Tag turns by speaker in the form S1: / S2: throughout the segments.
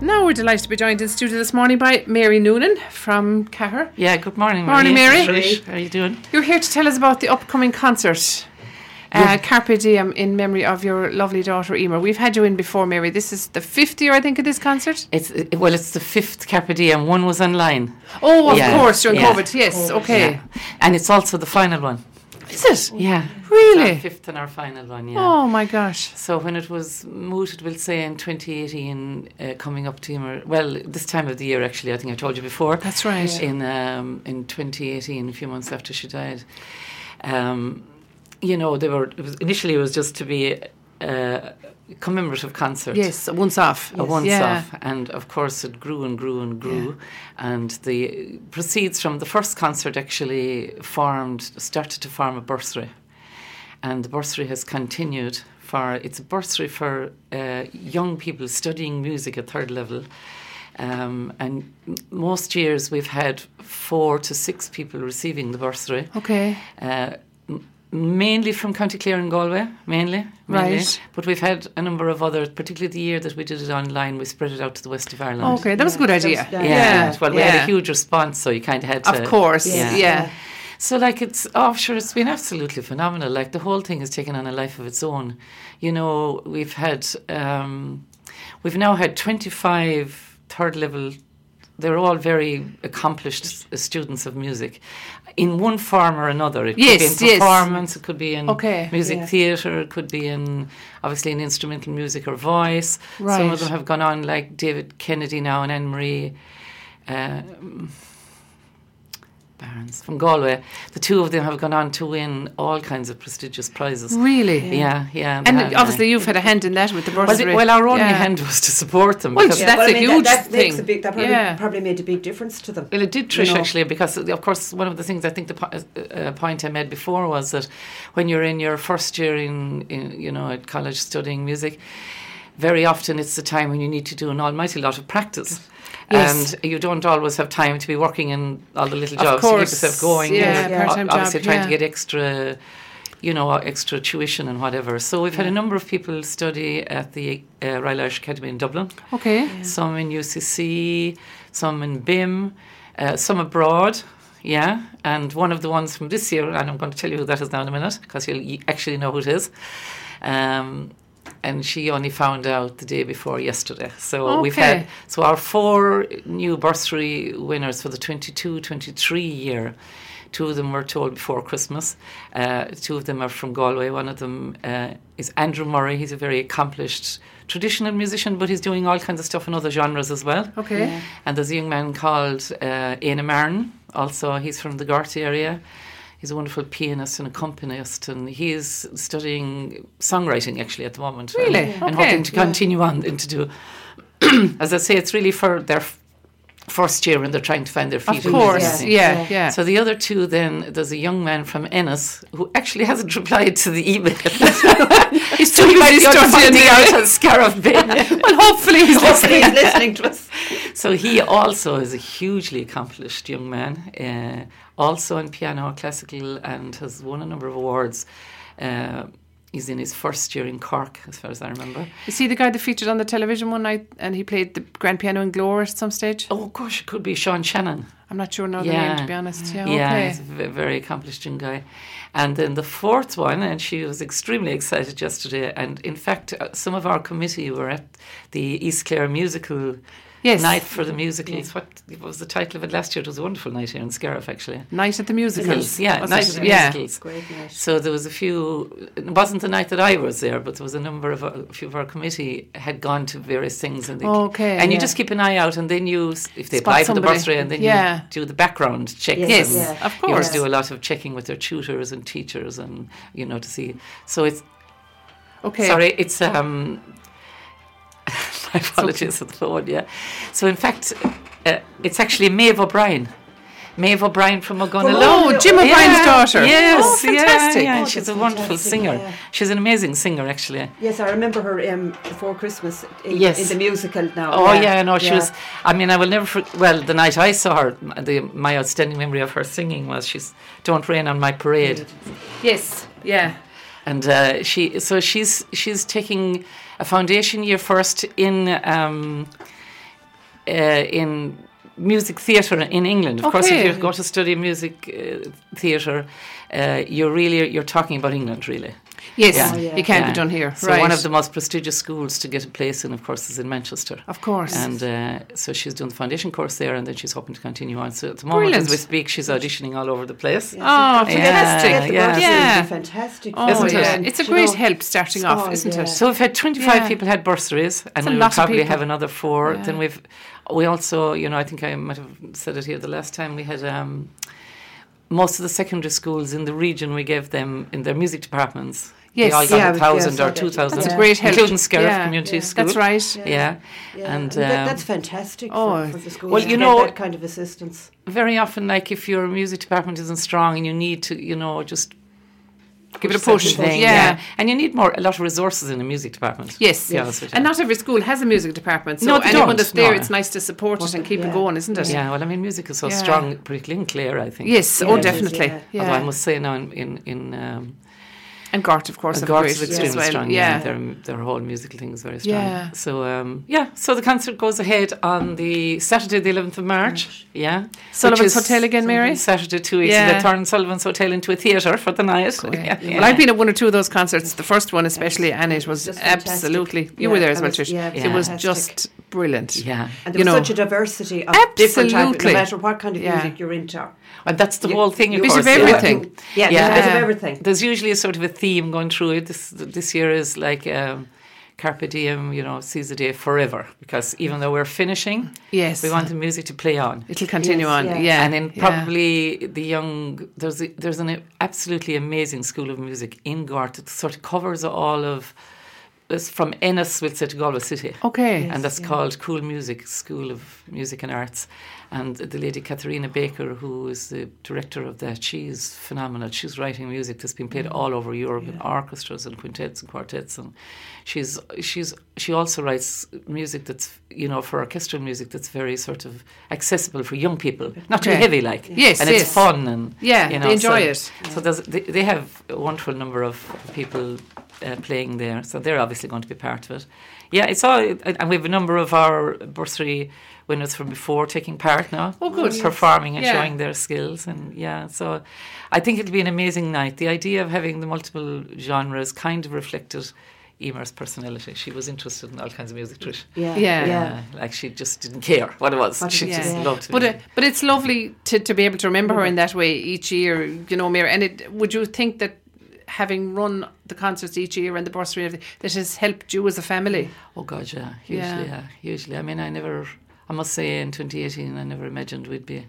S1: Now we're delighted to be joined in studio this morning by Mary Noonan from Cahir.
S2: Yeah, good morning,
S1: Morning,
S2: Mary.
S1: Mary.
S2: Trish, How are you doing?
S1: You're here to tell us about the upcoming concert. Uh, Carpe Diem in memory of your lovely daughter Emer. We've had you in before, Mary. This is the fifth year, I think, of this concert.
S2: It's uh, well, it's the fifth Carpe Diem. One was online.
S1: Oh, of
S2: Yeah,
S1: course, during
S2: yeah.
S1: COVID. Yes, okay.
S2: Yeah. and it's also the final one.
S1: Is it
S2: Yeah, It's our
S1: really?
S2: fifth and our final one. Yeah.
S1: Oh my gosh!
S2: So when it was mooted, we'll say in 2018, uh, coming up to Emer, well, this time of the year actually, I think I told you before.
S1: That's right. Yeah.
S2: In um, in 2018, a few months after she died, um, you know, they were it was, initially it was just to be a, a commemorative concert.
S1: Yes, once off.
S2: a once
S1: yeah.
S2: off and of course it grew and grew and grew and the proceeds from the first concert actually formed started to form a bursary and the bursary has continued for it's a bursary for uh, young people studying music at third level um, and m- most years we've had four to six people receiving the bursary
S1: Okay.
S2: uh, m- mainly from County Clare and Galway, mainly, mainly.
S1: Right.
S2: But we've had a number of others, particularly the year that we did it online, we spread it out to the west of Ireland.
S1: Okay, that was a good
S3: Yeah, that
S1: idea.
S3: was- yeah.
S2: Mm. Yeah.
S1: yeah.
S2: Well, we had
S1: yeah.
S2: a huge response, so you kind of had to.
S1: Of course.
S2: Yeah.
S1: Yeah.
S2: So, like, it's, oh, sure, it's been absolutely phenomenal. Like, the whole thing has taken on a life of its own. You know, we've had, um, we've now had 25 third level, they're all very accomplished s- students of music in one form or another. It
S1: Yes,
S2: could be
S1: yes.
S2: in performance, it could be in
S1: Okay,
S2: music
S3: yeah.
S2: theatre, it could be in, obviously, in instrumental music or voice. Some
S1: Right.
S2: of them have gone on, like David Kennedy now and Anne Marie. Uh, Barons from Galway. The two of them have gone on to win all kinds of prestigious prizes.
S1: Really.
S2: Yeah, yeah. they
S1: Mm. And
S2: have, like-
S1: obviously, you've had a hand in that with the
S2: well,
S1: bursary.
S2: the- well, our only
S1: Yeah.
S2: hand was to support them.
S1: Well,
S2: because-
S1: That's
S3: well,
S1: a
S3: I mean,
S1: huge
S3: that, that Makes a
S1: thing.
S3: big, that probably,
S1: Yeah.
S3: probably made a big difference to them.
S2: Well, it did, Trish,
S3: know.
S2: actually, because of course one of the things I think the po- uh, uh, point I made before was that when you're in your first year in, in you know at college studying music, very often it's the time when you need to do an almighty lot of practice.
S1: Yes.
S2: And you don't always have time to be working in all the little
S1: Of
S2: jobs to keep
S1: course,
S2: yourself going.
S1: yeah,
S2: and you're
S1: part-time
S2: o- obviously
S1: job,
S2: trying to
S1: yeah.
S2: get extra, you know, extra tuition and whatever. So we've had a number of people study at the uh, Royal Irish Academy in Dublin
S1: Okay.
S2: some in UCC, some in BIM, uh, some abroad. Yeah, and one of the ones from this year, and I'm going to tell you who that is now in a minute because you'll you actually know who it is. Um, and she only found out the day before yesterday. So we've
S1: Okay.
S2: had so our four new bursary winners for the 22-23 year. Two of them were told before Christmas. Uh, two of them are from Galway. One of them uh, is Andrew Murray. He's a very accomplished traditional musician, but he's doing all kinds of stuff in other genres as well.
S1: Okay.
S2: And there's a young man called uh, Aina Martin. Also, he's from the Garty area. He's a wonderful pianist and accompanist, and he's studying songwriting actually at the moment. and-
S1: Really?
S2: And,
S1: Okay.
S2: hoping to continue on and to do. as I say, it's really for their f- first year when they're trying to find their feet.
S1: Of
S2: in
S1: course.
S2: music.
S1: Yeah. Yeah.
S3: Yeah.
S2: So the other two, then there's a young man from Ennis who actually hasn't replied to the email.
S1: He's too busy studying
S2: finding
S1: now.
S2: out on Scarab Bay.
S1: Well, hopefully he's
S3: Hopefully
S1: listening.
S3: he's listening to us.
S2: So he also is a hugely accomplished young man, uh, also in piano, classical, and has won a number of awards. Uh, he's in his first year in Cork, as far as I remember.
S1: You see the guy that featured on the television one night, and he played the grand piano in Glore at some stage.
S2: Oh gosh, it could be Sean Shannon.
S1: I'm not sure now the name, to be honest. Yeah.
S2: yeah,
S1: Oh, okay.
S2: he's a ve- very accomplished young guy. And then the fourth one, and she was extremely excited yesterday. And in fact, uh, some of our committee were at the East Clare musical
S1: Yes.
S2: night for the musicals. What, what was the title of it last year? It was a wonderful night here in Scariff, actually.
S1: Night at the musicals.
S2: Musicals, yeah,
S1: Was
S2: night
S1: it?
S2: of the
S1: yeah.
S2: musicals.
S3: Great night.
S2: So there was a few. It wasn't the night that I was there, but there was a number of uh, a few of our committee had gone to various things, and they,
S1: Okay,
S2: and you
S1: yeah.
S2: just keep an eye out, and then you s- if they
S1: Spot
S2: apply for the
S1: somebody.
S2: bursary, and then
S1: Yeah.
S2: you do the background checks.
S3: Yes,
S1: Yes,
S2: and
S3: Yeah.
S1: of
S2: You
S1: course.
S2: must do a lot of checking with their tutors and teachers, and you know to see. So it's
S1: Okay.
S2: Sorry, it's um. my apologies for the phone. Yeah. So in fact, uh, it's actually Maeve O'Brien. Maeve O'Brien from O'Gonagall.
S1: Oh, Jim O'Brien's daughter.
S2: Yes,
S1: Oh, fantastic.
S2: Yeah, yeah.
S3: Oh,
S2: she's
S3: that's
S2: a wonderful
S3: fantastic,
S2: singer.
S3: yeah.
S2: She's an amazing singer, actually.
S3: Yes, I remember her um, before Christmas in,
S2: Yes.
S3: in the musical now.
S2: Oh yeah, no, she was. I mean, I will never. For, well, the night I saw her, m- the, my outstanding memory of her singing was she's "Don't Rain on My Parade,"
S1: Yes. Yeah.
S2: and uh, she. So she's she's taking a foundation year first in um, uh, in music theatre in England. Of course, if
S1: Okay.
S2: you go to study music uh, theatre, uh, you're really you're talking about England, really.
S1: Yes,
S2: Yeah.
S3: Oh, yeah.
S1: you can't
S2: Yeah.
S1: be done here.
S2: So
S1: right.
S2: one of the most prestigious schools to get a place in, of course, is in Manchester.
S1: Of course.
S2: And uh, so she's doing the foundation course there, and then she's hoping to continue on. So at the moment,
S1: Brilliant.
S2: as we speak, she's auditioning all over the place.
S1: Oh,
S3: Yeah,
S1: fantastic.
S3: yeah,
S2: Yeah.
S1: Yeah.
S3: fantastic.
S1: oh,
S2: Isn't it?
S1: yeah.
S2: And,
S1: It's a
S3: you
S1: great
S3: know,
S1: help starting off,
S3: oh,
S1: isn't
S3: yeah.
S1: it?
S2: So we've had 25
S1: Yeah.
S2: people had bursaries, and
S1: a
S2: we
S1: lot
S2: will
S1: of
S2: probably
S1: people.
S2: have another four.
S1: Yeah.
S2: Then we've we also, you know, I think I might have said it here the last time we had. Um, most of the secondary schools in the region, we gave them in their music departments.
S1: Yes.
S2: they all got
S3: Yeah,
S2: a
S3: we-
S2: thousand
S3: yeah,
S2: or
S3: so
S2: two thousand.
S1: That's a great help.
S2: including Scariff
S1: Yeah.
S2: Community
S3: Yeah.
S2: School.
S1: That's right.
S2: Yeah,
S3: Yeah.
S2: and
S3: That-
S2: um,
S3: that's fantastic
S1: oh,
S3: for, for the schools
S2: well,
S3: to
S2: you
S3: get
S2: know-
S3: that kind of assistance.
S2: very often, like if your music department isn't strong and you need to, you know, just
S1: Give it a
S2: certain
S1: push.
S2: thing,
S1: Yeah.
S2: and you need more a lot of resources in the music department.
S1: Yes.
S2: to be honest with you.
S1: And not every school has a music department. So
S2: No, they
S1: anyone
S2: don't,
S1: that's there,
S2: no.
S1: it's nice to support it and keep
S3: yeah.
S1: it going, isn't it?
S2: Yeah, well, I mean, music is so
S1: Yeah.
S2: strong, particularly in Clare, I think.
S1: Yes,
S3: Yeah,
S1: oh,
S3: it is,
S1: definitely.
S3: yeah.
S1: yeah.
S2: Although I must say now in in, in um,
S1: And Gart, of course,
S2: and
S1: have
S2: Gorse
S1: great
S2: is
S1: as
S2: extremely
S1: well.
S2: strong. Yeah,
S1: Yeah.
S2: their their whole musical thing is very strong.
S1: Yeah.
S2: So um, yeah, so the concert goes ahead on the Saturday, the eleventh of March. Yeah,
S1: Sullivan's
S2: Which is
S1: Hotel again, Mary?
S2: Saturday, two weeks.
S1: Yeah.
S2: They turn Sullivan's Hotel into a theatre for the night. Yeah, yeah.
S1: Well, I've been at one or two of those concerts. The first one, especially, and it was
S3: Just fantastic.
S1: absolutely. You
S3: Yeah,
S1: were there as
S3: I
S1: well,
S3: was-
S1: Trish.
S3: yeah,
S1: It was
S3: fantastic.
S1: just brilliant.
S2: Yeah.
S3: And
S1: You
S3: there was
S1: know.
S3: such a diversity of different types, no
S1: Absolutely.
S3: matter what kind of
S1: Yeah.
S3: music you're into.
S2: And that's the
S3: You-
S2: whole thing.
S3: you-
S2: Of
S1: Bit of
S2: course, yeah.
S1: everything.
S3: Yeah,
S2: Yeah.
S3: yeah. a bit
S1: Yeah.
S3: of everything.
S2: There's usually a sort of a theme going through it. This this year is like um, carpe diem, you know, seize the day forever. Because even though we're finishing,
S1: Yes.
S2: we want the music to play on.
S1: It'll continue
S3: Yes,
S1: on. Yeah.
S3: yeah.
S2: and in
S1: yeah.
S2: probably the young there's a, there's an absolutely amazing school of music in Gort that sort of covers all of it's from Ennis we'll say to Galway City.
S1: Okay.
S2: And that's
S3: yeah.
S2: called Cool Music School of Music and Arts. And the lady Katharina Baker, who is the director of that, she's phenomenal. She's writing music that's been
S1: Mm.
S2: played all over Europe in orchestras and quintets and quartets. And she's she's she also writes music that's you know for orchestral music that's very sort of accessible for young people, not too
S1: Okay.
S2: heavy like.
S1: Yes,
S2: and it's
S1: yes.
S2: fun and
S1: Yeah, they
S2: you know,
S1: enjoy
S2: so,
S1: it.
S2: So there's, they, they have a wonderful number of people uh, playing there, so they're obviously going to be part of it. Yeah, it's all, and we have a number of our bursary winners from before taking part now.
S1: Oh, good.
S2: Performing and
S1: Yeah.
S2: showing their skills, and yeah, so I think it'll be an amazing night. The idea of having the multiple genres kind of reflected Emer's personality. She was interested in all kinds of music, Trish.
S3: Yeah,
S1: Yeah.
S3: yeah.
S2: Uh, like she just didn't care what it was.
S3: What it
S2: she
S3: was,
S2: just
S3: yeah.
S2: loved
S1: But, uh,
S2: music.
S1: but it's lovely to, to be able to remember her in that way each year, you know, Mary. And it, would you think that having run the concerts each year and the bursary, and everything, that has helped you as a family?
S2: Oh God, yeah, hugely,
S1: Yeah.
S2: yeah. hugely. I mean, I never, I must say, in 2018, I never imagined we'd be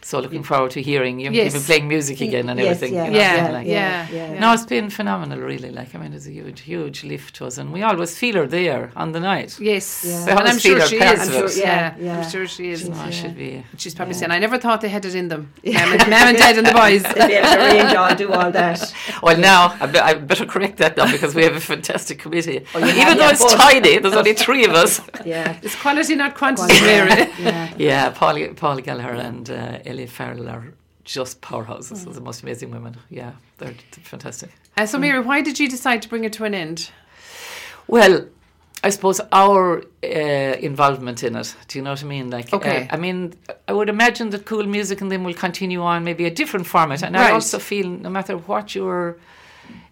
S2: so looking forward to hearing young
S1: Yes.
S2: people playing music again and
S3: Yes,
S2: everything.
S3: yeah,
S2: you know,
S1: yeah,
S2: and like-
S1: yeah,
S3: yeah,
S1: yeah.
S2: No, it's been phenomenal, really. Like, I mean, it's a huge, huge lift to us, and we always feel her there on the night.
S1: Yes,
S3: Yeah.
S1: and I'm
S2: Honestly,
S1: sure
S2: they're
S1: she
S2: proud
S1: is.
S2: of us.
S1: yeah,
S3: Yeah, yeah.
S1: I'm sure she is.
S2: You know, I should be.
S1: She's probably
S2: Yeah.
S1: saying, "I never thought they had it in them." Mum and, Mum and Dad and the boys.
S3: yeah, Marie and John do all that.
S2: Well, now I, be, I better correct that now because we have a fantastic committee.
S3: Oh, you
S2: Even
S3: have,
S2: though
S3: yeah,
S2: it's
S3: both.
S2: tiny, there's only three of us.
S3: Yeah.
S1: It's quality, not quantity, Mary.
S3: yeah.
S2: Yeah, Paul, Paul Gallagher and uh, Ellie Farrell are just
S3: Mm.
S2: powerhouses. They're the most amazing women. Yeah, they're t- fantastic.
S1: Uh, so, Mary, why did you decide to bring it to an end?
S2: Well, I suppose our uh, involvement in it. Do you know what I mean? Like,
S1: Okay.
S2: uh, I mean, I would imagine that cool music and then will continue on maybe a different format. And I
S1: Right.
S2: also feel no matter what you're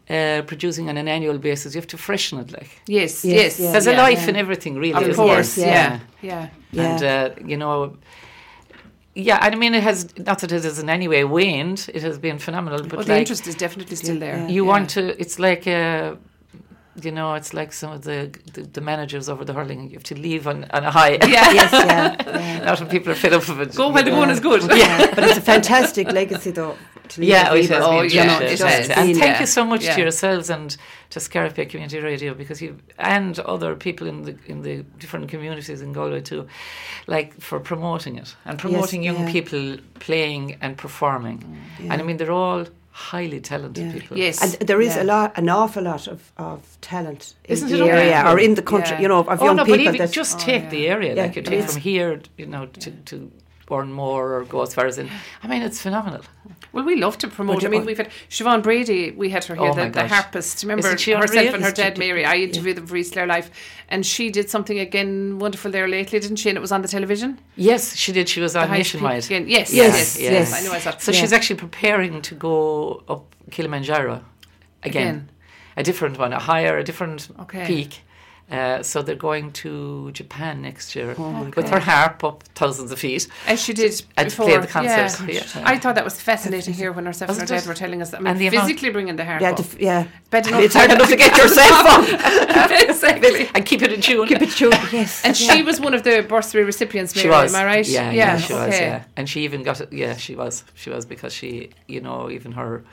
S2: uh, producing on an annual basis, you have to freshen it. Like,
S1: Yes, yes,
S3: Yes, yeah.
S2: there's a
S3: yeah.
S2: life in everything, really.
S1: of
S2: isn't
S1: course,
S2: there?
S3: Yes,
S1: yeah, yeah.
S3: Yeah.
S2: And, uh, you know, yeah, and I mean, it has, not that it has in any way waned, it has been phenomenal, but
S1: Well, the
S2: like,
S1: interest is definitely still there.
S3: yeah.
S2: you
S1: Yeah.
S2: want to, it's like, uh, you know, it's like some of the, the, the managers over the hurling, you have to leave on, on a high.
S1: Yeah.
S3: Yes, yeah,
S2: a
S3: yeah.
S2: lot of people are fed up of it.
S1: Go while the
S2: you know.
S1: going is good.
S3: Yeah, but it's a fantastic legacy, though. To leave
S2: Yeah,
S3: with
S2: it has
S3: Eva.
S1: Oh,
S2: been
S1: yeah,
S2: yeah,
S1: it
S2: it
S1: has.
S2: has. And
S1: Yeah.
S2: thank you so much
S1: Yeah.
S2: to yourselves and to Scarif Bay Community Radio because you and other people in the in the different communities in Galway too, like for promoting it and promoting young
S3: yeah.
S2: people playing and performing. And I mean they're all highly talented
S3: Yeah.
S2: people.
S1: Yes,
S3: And there is
S1: yeah.
S3: a lot, an awful lot of, of talent in
S2: Isn't it
S3: the
S2: all
S3: area
S1: right?
S3: or in the country,
S1: Yeah.
S3: you know, of
S2: Oh
S3: young
S2: no, but
S3: people.
S2: even
S3: that
S2: just
S1: Oh,
S2: take
S1: yeah.
S2: the area,
S3: Yeah,
S2: like you take
S3: yeah.
S2: from here, you know, to, to earn more or go as far as in. I mean, it's phenomenal.
S1: Well, we love to promote.
S3: Would you-
S1: I mean, we've had Siobhan Brady, we had her here,
S2: Oh my
S1: the, the
S2: gosh.
S1: harpist. Remember
S2: Isn't she
S1: herself
S2: unreal?
S1: and her
S2: Isn't she
S1: dad, Mary. I interviewed them for East Clare Life, and she did something again wonderful there lately, didn't she? And it was on the television.
S2: Yes, she did. She was on
S1: The highest peak
S2: nationwide.
S1: again. Yes, yes,
S3: Yes,
S1: yes,
S3: yes.
S1: I know I saw. it.
S2: So she's actually preparing to go up Kilimanjaro again,
S1: Again.
S2: a different one, a higher, a different
S1: Okay.
S2: peak. Uh, so they're going to Japan next year
S3: Oh, my
S2: with her harp up thousands of feet.
S1: as she did
S2: And to
S1: before.
S2: play the concert.
S1: Yeah.
S2: Yeah.
S1: I thought that was fascinating here when herself and her
S2: Wasn't
S1: dad
S2: it?
S1: were telling us. that. I mean,
S2: And the amount-
S1: physically bringing the harp.
S3: Yeah,
S1: up.
S3: def- yeah.
S1: Bad enough
S3: It's hard enough to get yourself up.
S1: exactly.
S2: And keep it in tune.
S3: Keep it true. Yes.
S1: And
S3: yeah.
S1: she was one of the bursary recipients. Mary,
S2: she was.
S1: Am I right?
S2: Yeah, yeah, she was.
S1: okay.
S2: Yeah, and she even got it. Yeah, she was. She was because she, you know, even her,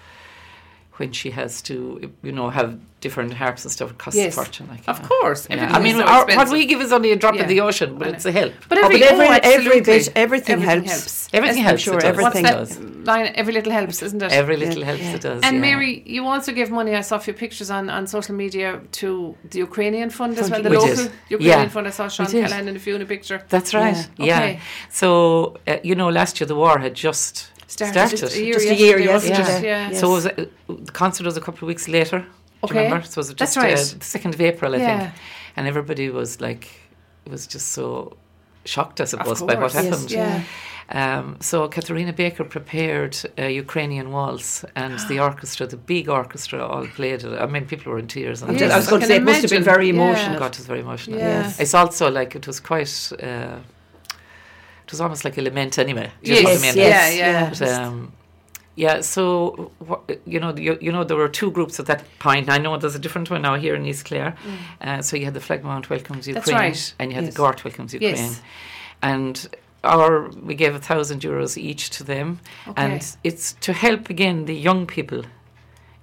S2: when she has to, you know, have different harps and stuff, it costs
S1: Yes.
S2: a fortune. Like,
S1: Of
S2: yeah.
S1: course.
S2: Yeah.
S1: everything
S2: I
S1: is
S2: mean,
S1: so
S2: our, what
S1: expensive.
S2: we give is only a drop
S1: Yeah.
S2: in the ocean, but
S1: I know.
S2: it's a help.
S1: But
S3: Oh,
S1: every,
S3: but every,
S1: oh,
S3: every bit,
S1: absolutely.
S3: everything, helps.
S2: Everything
S3: I'm
S2: helps.
S3: sure
S2: it does.
S1: What's
S3: everything
S2: it
S1: that
S2: does.
S1: line? Every little helps, isn't it?
S2: Every little
S3: Yeah.
S2: helps
S3: Yeah.
S2: it does.
S1: and
S2: yeah.
S1: Mary, you also gave money. I saw a few pictures on, on social media to the Ukrainian fund as well, the
S2: We did.
S1: local Ukrainian
S2: Yeah.
S1: fund. I saw Sean
S2: did.
S1: Callahan and a few in a picture.
S2: That's right.
S1: Yeah.
S2: Yeah.
S1: Okay.
S2: So uh, you know, last year the war had just started.
S1: Just a year,
S3: Just a year
S1: yesterday,
S2: yesterday.
S1: wasn't it?
S3: Yeah.
S1: yeah.
S3: Yes.
S2: So was it, the concert was a couple of weeks later. Do
S1: Okay.
S2: you remember? So it was just
S1: That's
S2: uh,
S1: right.
S2: the second of April, I
S1: Yeah.
S2: think. And everybody was like, was just so shocked, I
S1: Of
S2: suppose, by what
S1: course.
S3: Yes,
S2: happened.
S1: Yeah.
S2: Um, so Katerina Baker prepared a Ukrainian waltz, and the orchestra, the big orchestra, all played it. I mean, people were in tears. And
S3: I
S1: Yes,
S3: did- I was
S1: I
S3: going to
S1: can
S3: say it must have been
S1: imagine.
S3: very
S1: Yeah.
S3: emotional.
S2: God, it was very emotional.
S1: Yeah.
S3: Yes.
S2: It's also like it was quite. Uh, it was almost like a lament, anyway. You know what I
S1: Yes,
S2: mean?
S1: yeah, yeah.
S2: But, um, yeah, so wha- you know, you, you know, there were two groups at that point. I know there's a different one now here in East Clare. Uh, so you had the Flagmount welcomes Ukraine,
S1: That's right.
S2: and you had
S3: Yes.
S2: the Gort welcomes Ukraine,
S1: Yes.
S2: and our we gave a thousand euros each to them,
S1: Okay.
S2: and it's to help again the young people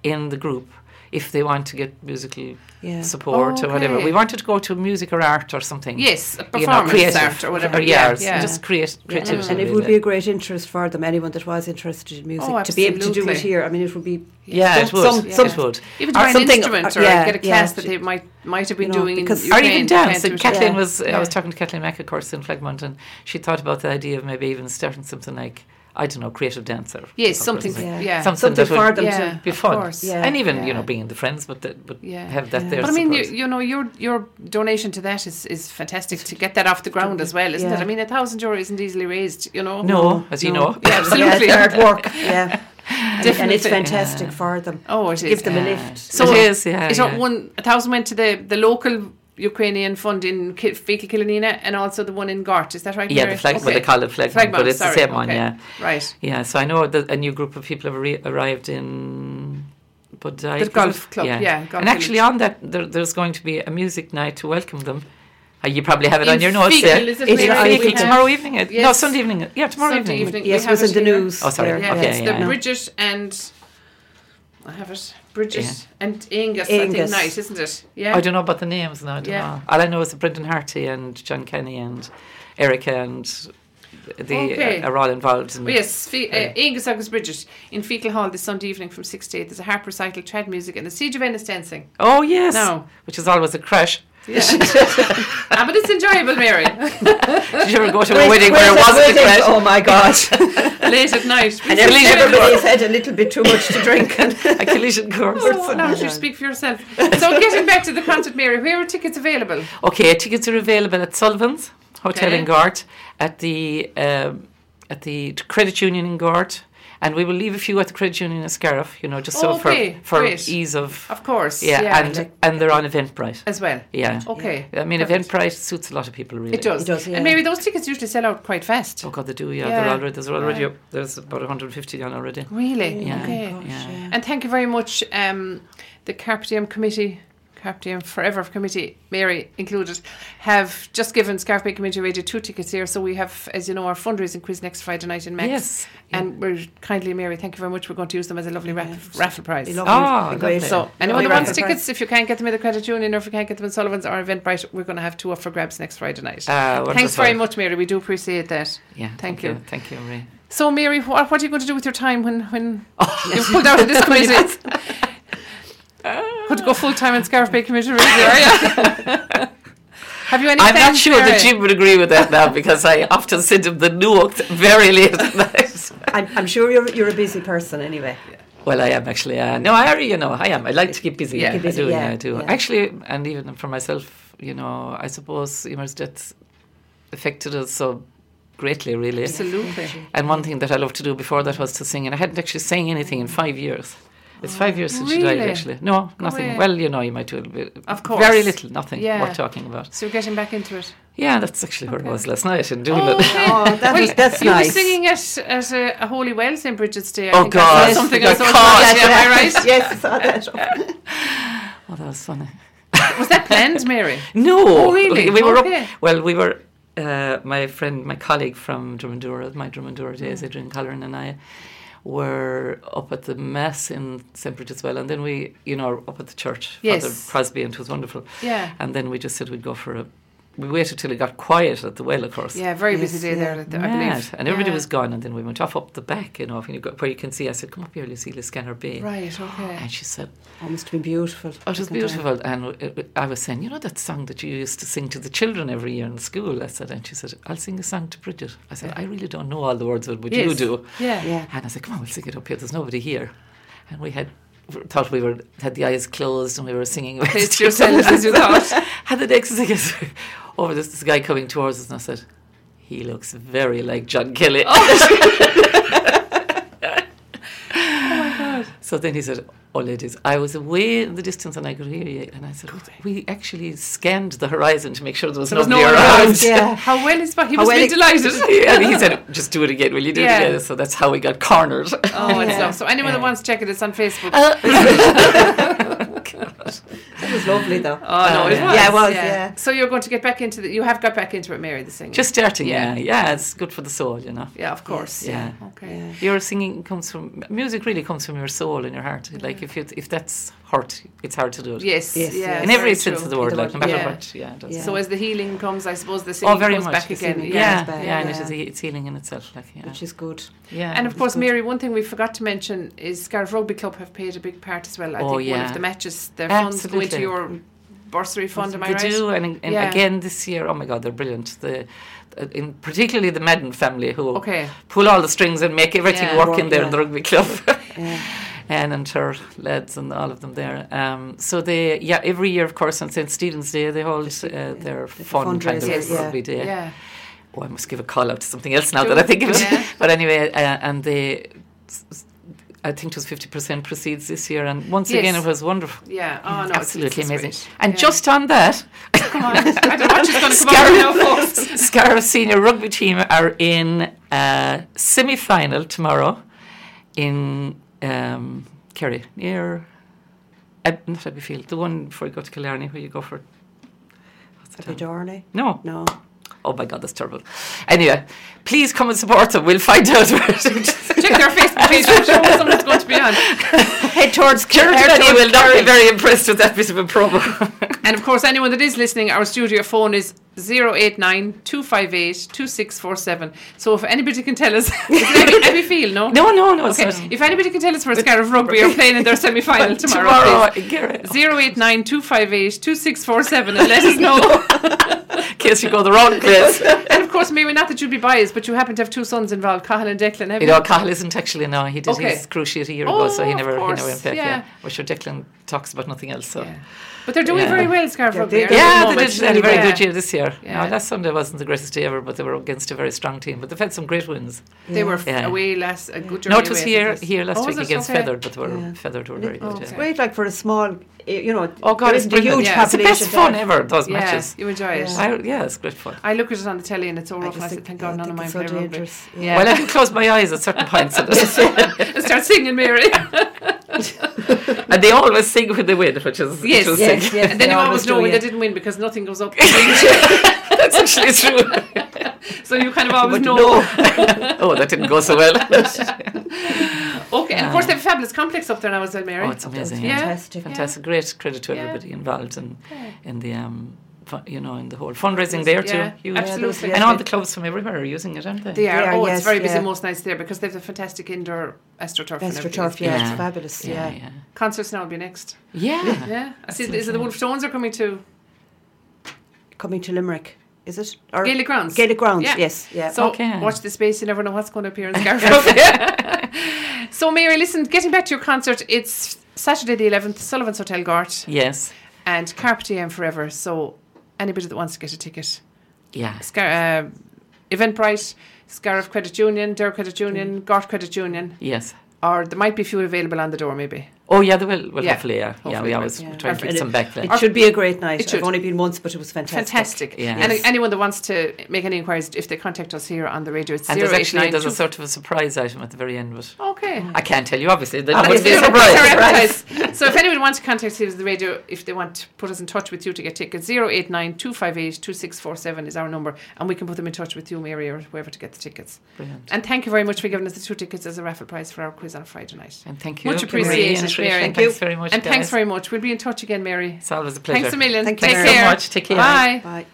S2: in the group if they want to get musical
S3: Yeah.
S2: support or whatever.
S1: Okay.
S2: We wanted to go to music or art or something.
S1: Yes, a
S2: you know,
S1: performance
S2: creative,
S1: art or whatever.
S2: yeah,
S1: Yeah,
S2: it's
S1: yeah.
S2: just create creativity.
S3: And it
S2: really.
S3: would be a great interest for them, anyone that was interested in music,
S1: Oh,
S3: to be able to do
S1: absolutely.
S3: it here. I mean, it would be
S2: Yeah,
S3: some-
S2: it would.
S3: some-
S2: yeah.
S3: some-
S2: it would.
S1: Even to
S3: Or
S1: buy an
S3: something-
S1: instrument
S3: uh,
S1: or
S3: yeah,
S1: get a class
S3: yeah.
S1: that they might might have been
S3: You know,
S1: doing
S3: because-
S1: in
S3: Or
S2: Or
S1: Ukraine.
S2: even
S1: they
S2: dance.
S1: can't do
S2: And
S1: it here.
S2: Kathleen was, uh,
S1: Yeah.
S2: I was talking to Kathleen Mack, of course, in Flagmont, and she thought about the idea of maybe even starting something like, I don't know, creative dancer.
S1: Yes, something.
S3: something.
S1: Yeah.
S3: Yeah.
S2: Something,
S3: something
S2: that
S3: for
S2: would
S3: them
S1: Yeah.
S3: to.
S2: be
S1: Of
S2: fun.
S1: course.
S3: Yeah.
S2: And even,
S1: Yeah.
S2: you know, being the friends, but, that, but
S1: Yeah.
S2: have that
S3: Yeah.
S2: there.
S1: But I mean, you,
S2: support.
S1: you know, your your donation to that is, is fantastic to get that off the ground as well, isn't
S3: Yeah.
S1: it? I mean, a thousand euro isn't easily raised, you know.
S2: no, as you
S3: No.
S2: know.
S1: Yeah, absolutely.
S3: Yeah, it's hard work. Yeah. And it's
S1: Definitely.
S3: fantastic for them.
S1: Oh, it is.
S3: Give them a
S2: Yeah.
S3: lift.
S1: So
S2: it is, yeah.
S1: It
S2: Uh, yeah.
S1: one a thousand went to the, the local Ukrainian fund in Ki- Fiki Kilinina and also the one in Gart. Is that right?
S2: yeah,
S1: Mary?
S2: the flag, well,
S1: Okay.
S2: they call it flag,
S1: Flagmount,
S2: but it's
S1: sorry.
S2: the same one,
S1: Okay.
S2: yeah.
S1: Right.
S2: Yeah, so I know that a new group of people have arri- arrived in Budai.
S1: The golf club, yeah, golf
S2: and actually,
S1: village.
S2: on that, there, there's going to be a music night to welcome them. Uh, you probably have it
S1: In
S2: on your notes
S1: Fecal,
S2: there.
S1: is it
S2: In
S3: where
S2: Fecal,
S3: we have-
S2: tomorrow evening. uh, No,
S1: Yes.
S2: Sunday evening. uh, Yeah, tomorrow
S1: Sunday
S2: evening.
S1: evening.
S3: Yes,
S1: We
S3: it was
S1: have
S3: in the
S1: it here.
S3: news.
S2: Oh, sorry.
S3: there.
S1: Yeah,
S2: Okay,
S1: it's the
S2: yeah.
S1: Bridget and I have it. Bridget and Angus, I think
S3: Angus.
S1: night, isn't it? Yeah.
S2: I don't know about the names now. I don't
S1: Yeah.
S2: know. All I know is that Brendan Harty and John Kenny and Erica and the
S1: Okay.
S2: uh, are all involved. In
S1: Well, yes, fe- uh,
S2: Yeah.
S1: Angus Angus Bridget in Fecal Hall this Sunday evening from 6 to 8. There's a harp recital, trad music, and the Siege of Ennis dancing.
S2: Oh yes.
S1: No.
S2: Which is always a crash.
S1: Yeah. ah, but it's enjoyable, Mary.
S2: Did you ever go to a
S3: Wait,
S2: wedding
S3: wait
S2: where it wasn't a
S3: wedding.
S2: crash?
S3: Oh my God.
S1: Late at night.
S3: and
S1: Please
S3: every-
S1: leave it alone.
S3: everybody's had a little bit too much to drink.
S2: a collision course.
S1: Oh, now you speak for yourself. So, getting back to the concert, Mary, where are tickets available?
S2: Okay, tickets are available at Sullivan's Hotel
S1: Okay.
S2: in Gort, at the um, at the Credit Union in Gort, and we will leave a few at the Credit Union in Scariff, you know, just so
S1: Okay,
S2: for for
S1: Oh, great.
S2: ease of,
S1: Of course.
S2: yeah, and
S3: like-
S2: and they're on Eventbrite.
S1: as well.
S2: Yeah,
S1: Okay.
S2: I mean
S1: Oh, perfect.
S2: Eventbrite suits a lot of people really.
S1: It does.
S3: It does, yeah.
S1: And Mary, those tickets usually sell out quite fast.
S2: Oh God, they do. Yeah,
S1: Yeah.
S2: they're already there's already
S1: Yeah.
S2: up- there's about 150 gone already.
S1: Really?
S2: Yeah.
S1: Okay.
S3: Gosh,
S2: Yeah.
S3: yeah.
S1: And thank you very much, um, the Carpe Diem Committee, Carpe Diem Forever Committee, Mary included, have just given Scarf Bay Community Radio two tickets here. So we have, as you know, our fundraising quiz next Friday night in Max.
S2: Yes.
S1: And we're kindly, Mary, thank you very much. We're going to use them as a lovely raff- raffle prize.
S3: Lovely,
S2: Ah,
S3: great.
S2: lovely.
S1: So anyone
S3: Lovely
S1: that wants
S3: raffle
S1: tickets, if you can't get them at the Credit Union or if you can't get them in Sullivan's or Eventbrite, we're going to have two up for grabs next Friday night.
S2: Ah,
S1: Thanks very
S2: wonderful.
S1: much, Mary. We do appreciate that.
S2: Yeah.
S1: Thank you.
S2: Thank you, Marie.
S1: So, Mary, what, what are you going to do with your time when when
S2: Oh,
S1: you're pulled out of this committee? Could go full time in Scarf Bay Community Radio, are you? Have you any?
S2: I'm not
S1: friends,
S2: sure that
S1: Mary?
S2: Jim would agree with that now because I often send him the nuke very late at night.
S3: I'm, I'm sure you're, you're a busy person anyway.
S2: Well, I am actually. Uh, no, I already, you know, I am. I like to keep busy.
S1: Yeah.
S2: Yeah,
S1: Keep
S3: busy,
S2: I do.
S3: yeah,
S2: I do.
S3: yeah.
S2: Actually, and even for myself, you know, I suppose you know, that's affected us so greatly, really.
S1: Absolutely.
S2: And one thing that I loved to do before that was to sing, and I hadn't actually sang anything in five years. It's five years since she died,
S1: really?
S2: actually. No, nothing.
S1: away.
S2: Well, you know, you might do a little bit.
S1: Of course.
S2: Very little, nothing
S1: Yeah.
S2: worth talking about.
S1: So you're getting back into it.
S2: Yeah, that's actually where
S1: Okay.
S2: I was last night in
S1: Oh,
S2: Doolittle.
S1: okay.
S3: Oh, that
S1: well,
S3: was- that's
S1: you were
S3: nice.
S1: singing at, at a, a Holy Well St. Bridget's Day. I
S2: Oh,
S1: think I saw
S2: God.
S1: Something
S2: The
S1: I saw it
S2: cost.
S1: on- yeah, am I right?
S3: yes, I saw that.
S2: Oh, that was funny.
S1: Was that planned, Mary?
S2: No,
S1: Oh, really?
S2: We were
S1: Okay.
S2: up. Well, we were. Uh, my friend, my colleague from Drummondura, my Drummondura days, Adrian Colleran and I were up at the mass in St. Bridget's Well, and then we, you know, up at the church,
S1: Yes.
S2: Father Crosby, and it was wonderful.
S1: Yeah.
S2: And then we just said we'd go for a. We waited till it got quiet at the well, of course.
S1: Yeah, very busy day
S3: Yes, yeah.
S1: there, I
S2: Mad.
S1: believe.
S2: And everybody
S1: Yeah.
S2: was gone, and then we went off up the back, you know, if you go, where you can see. I said, "Come up here, Lucille Scanner Bay,"
S1: Right, okay.
S2: and she said,
S3: Oh, must have been beautiful.
S2: Oh, it was
S3: Wasn't it?
S2: beautiful. And w- it- I was saying, you know that song that you used to sing to the children every year in school? I said, and she said, I'll sing a song to Bridget. I said, I really don't know all the words of it, but you
S1: Yes.
S2: do.
S1: Yeah.
S3: Yeah.
S2: And I said, come on, we'll sing it up here. There's nobody here. And we had thought we were had the eyes closed and we were singing. away
S1: Paced
S2: to
S1: yourselves as you thought.
S2: and the next thing is, over this, this guy coming towards us, and I said, he looks very like John Kelly.
S1: Oh.
S2: So then he said, Oh, ladies, I was away in the distance and I could hear you. And I said, We actually scanned the horizon to make sure there was
S1: There was no
S2: nobody
S1: one
S2: around.
S1: around,
S3: yeah.
S1: How well is but he
S3: How
S1: was
S3: well
S1: really
S3: it-
S1: delighted.
S2: and he said, Just do it again. Will you do
S1: Yeah.
S2: it again? So that's how we got cornered.
S1: Oh, it's
S3: Yeah.
S1: love. So anyone that wants to check it, it's on Facebook.
S2: Uh,
S3: That was lovely though.
S1: oh no, it
S2: yeah.
S1: was.
S3: Yeah, it was, yeah.
S1: So you're going to get back into the. You have got back into it, Mary, the singing.
S2: Just starting, yeah. Yeah, it's good for the soul, you know.
S1: yeah, of course.
S2: Yeah.
S1: Okay.
S3: Yeah.
S2: Your singing comes from music, really comes from your soul and your heart. Like, if, you, if that's hurt, it's hard to do it.
S1: Yes.
S3: Yes,
S1: yeah.
S3: yes.
S2: In every
S1: very
S2: sense
S1: true.
S2: of the word,
S3: The
S2: like, no
S3: word,
S2: matter
S1: yeah.
S2: what. Yeah, it does.
S3: Yeah.
S1: So as the healing comes, I suppose the singing
S2: Oh, very
S1: comes
S2: much.
S1: back
S2: the
S1: again.
S2: singing.
S1: Yeah.
S2: Yeah,
S3: back,
S2: yeah, and it
S3: yeah.
S2: is it's healing in itself. Like, yeah,
S3: Which is good.
S2: yeah.
S1: And of course,
S3: good.
S1: Mary, one thing we forgot to mention is Scariff Rugby Club have played a big part as well. I
S2: Oh,
S1: think one of
S2: yeah.
S1: the matches, their funds go into
S2: Absolutely.
S1: your bursary fund, am I
S2: They
S1: right?
S2: do, and, and
S1: Yeah.
S2: again this year, oh my God, they're brilliant. The, uh, in particularly the Madden family who
S1: Okay.
S2: pull all the strings and make everything
S1: Yeah.
S2: work,
S3: Work,
S2: in there in
S3: yeah.
S2: the rugby club.
S3: Yeah.
S2: Anne and her lads and all of them there. Um, so they, yeah, every year of course on St Stephen's Day they hold uh, their fun kind of
S3: fundraisers, yeah.
S2: rugby day.
S1: Yeah.
S2: Oh, I must give a call out to something else now
S1: Do
S2: that I
S1: it,
S2: think of it.
S1: yeah.
S2: But anyway, uh, and they, s- s- I think it was fifty percent proceeds this year, and once again
S1: Yes.
S2: it was wonderful.
S1: Yeah. Oh, no. it's-
S2: Absolutely
S1: it's
S2: amazing.
S1: great.
S2: And
S1: Yeah.
S2: just on that,
S1: Come on. I don't know what's going to come out now, folks.
S2: Scarra senior rugby team are in uh, semi final tomorrow in um, Kerry, near Ab- not Abbeyfield, the one before you go to Killarney where you go for. What's the
S3: Happy
S2: town?
S3: Dorney?
S2: No.
S3: No.
S2: Oh my God, that's terrible. Anyway, please come and support them. We'll find out. where it is.
S1: Check their Facebook page. I'm sure someone's going to be on.
S3: Head towards
S2: Gerard Kenny will not be very impressed with that bit of a promo.
S1: And of course, anyone that is listening, our studio phone is 089 258 2647. So if anybody can tell us, is it Abbey- Abbeyfield, no?
S2: no, no, no.
S1: Okay.
S2: it's not.
S1: If anybody can tell us where Scariff Rugby are playing in their semi final
S2: But
S1: tomorrow,
S2: tomorrow,
S1: please.
S2: in Kerry.
S1: 089 258 2647 and let us know.
S2: in case you go the wrong place.
S1: and of course, maybe not that you'd be biased, but you happen to have two sons involved, Cahill and Declan. Have
S2: You
S1: you?
S2: know, Cahill isn't actually now. He did
S1: Okay.
S2: his cruise ship a year
S1: Oh,
S2: ago, so he
S1: of
S2: never, he
S1: course,
S2: never went back. Yeah.
S1: yeah.
S2: Well, sure, Declan talks about nothing else. So.
S1: Yeah.
S2: Yeah,
S1: But they're doing
S2: Yeah.
S1: very well, Scariff
S3: Yeah,
S1: Rugby.
S3: they-
S1: at
S3: they-
S1: the
S2: they
S1: moment.
S2: did they had a very
S1: Yeah.
S2: good year this year.
S1: Yeah.
S2: Now, last Sunday wasn't the greatest day ever, but they were against a very strong team. But they've had some great wins.
S1: They were f
S2: Yeah.
S1: away last a good
S2: no,
S1: journey
S2: it was
S1: away, I
S2: here,
S1: think.
S2: here last
S1: Oh, was
S2: week
S1: it?
S2: against
S1: Okay.
S2: Feathered, but they were
S3: Yeah.
S2: Feathered were very
S1: Oh,
S2: good.
S1: okay.
S2: Yeah.
S3: Great, like for a small, eh, you know.
S2: Oh God,
S3: there
S2: it's
S3: isn't a
S2: brilliant.
S3: huge
S1: Yeah.
S2: It's the best
S3: population
S2: fun
S3: there.
S2: ever. Those
S1: Yeah,
S2: matches.
S1: you enjoy it.
S3: Yeah.
S2: I, yeah, it's great fun.
S1: I look at it on the telly and it's all
S3: I
S1: rough. and I
S3: just
S1: said,
S3: think-
S1: Oh, thank
S3: yeah,
S1: God
S3: I
S1: none of mine
S3: think it's
S1: play
S3: so
S1: rugby.
S3: dangerous.
S1: Yeah.
S2: Well, I do close my eyes at certain points, in it.
S1: I start singing, Mary.
S2: and they always sing when they win, which is
S1: Yes.
S2: which is
S3: Yes, yes,
S1: and then
S3: they
S1: you
S3: always
S1: always know
S3: do,
S1: when
S3: yeah.
S1: they didn't win because nothing goes up. the wing.
S2: that's actually true.
S1: so you kind of always
S2: But
S1: know.
S2: no. oh, that didn't go so well.
S1: Okay, and of course they have a fabulous complex up there now as well, Mary.
S2: Oh, it's amazing.
S1: Yeah.
S3: Fantastic.
S2: Fantastic. Great credit to
S1: Yeah.
S2: everybody involved in, in the, um, fu- you know, in the whole fundraising there too.
S1: Yeah,
S2: Huge.
S1: absolutely.
S2: And all the clubs from everywhere are using it, aren't they?
S1: They are.
S3: Yeah,
S1: oh, it's
S3: yes,
S1: very busy
S3: yeah.
S1: most nights there because they have the fantastic indoor astroturf. and
S3: Best
S1: everything.
S3: turf, yeah,
S2: Yeah.
S3: it's fabulous.
S2: Yeah,
S3: Yeah.
S2: yeah.
S1: Concerts now will be next.
S2: Yeah.
S1: Yeah. I see, is it the
S2: Absolutely.
S1: Wolf Stones are coming to
S3: coming to Limerick, is it? Or
S1: Gaelic grounds.
S3: Gaelic Grounds,
S1: Yeah.
S3: yes. Yeah.
S1: So
S2: Okay.
S1: watch this space. You never know what's going to appear in Scarf. so Mary, listen. Getting back to your concert, it's Saturday the eleventh, Sullivan's Hotel Gort,
S2: Yes.
S1: and Carpe Diem Forever. So anybody that wants to get a ticket,
S2: Yeah.
S1: Scar- uh, Eventbrite, Scariff Credit Union, Dare Credit Union,
S3: Mm.
S1: Gort Credit Union,
S2: Yes.
S1: or there might be a few available on the door, maybe.
S2: Oh, yeah, they will. Well,
S1: Yeah.
S2: hopefully, yeah. yeah,
S1: Hopefully
S2: we
S1: it
S2: always
S3: will.
S2: try
S1: Yeah.
S2: to keep some back there.
S3: it should be a great night.
S1: It should.
S3: I've only been once, but it was fantastic.
S1: Fantastic.
S2: Yeah.
S1: And
S2: Yes.
S1: anyone that wants to make any inquiries, if they contact us here on the radio, it's
S2: And there's actually there's a
S1: 0892.
S2: sort of a surprise item at the very end, but
S1: Okay.
S2: I can't tell you, obviously. There must
S1: Obviously,
S2: be a
S1: it's a
S2: surprise.
S1: surprise. so if anyone wants to contact us, the radio, if they want to put us in touch with you to get tickets, 089 258 2647 is our number, and we can put them in touch with you, Mary, or whoever to get the tickets.
S2: Brilliant.
S1: And thank you very much for giving us the two tickets as a raffle prize for our quiz on Friday night.
S2: And thank you.
S1: Much
S2: Mary
S1: appreciated,
S2: and Trish.
S1: Mary.
S2: Thank
S1: Thank
S2: Thanks very much.
S1: and thanks
S2: guys.
S1: very much. We'll be in touch again, Mary.
S2: It's always a pleasure.
S1: Thanks a million.
S3: Thank you
S1: Take
S3: very
S1: care.
S2: much. Take care.
S1: Bye.
S3: Bye.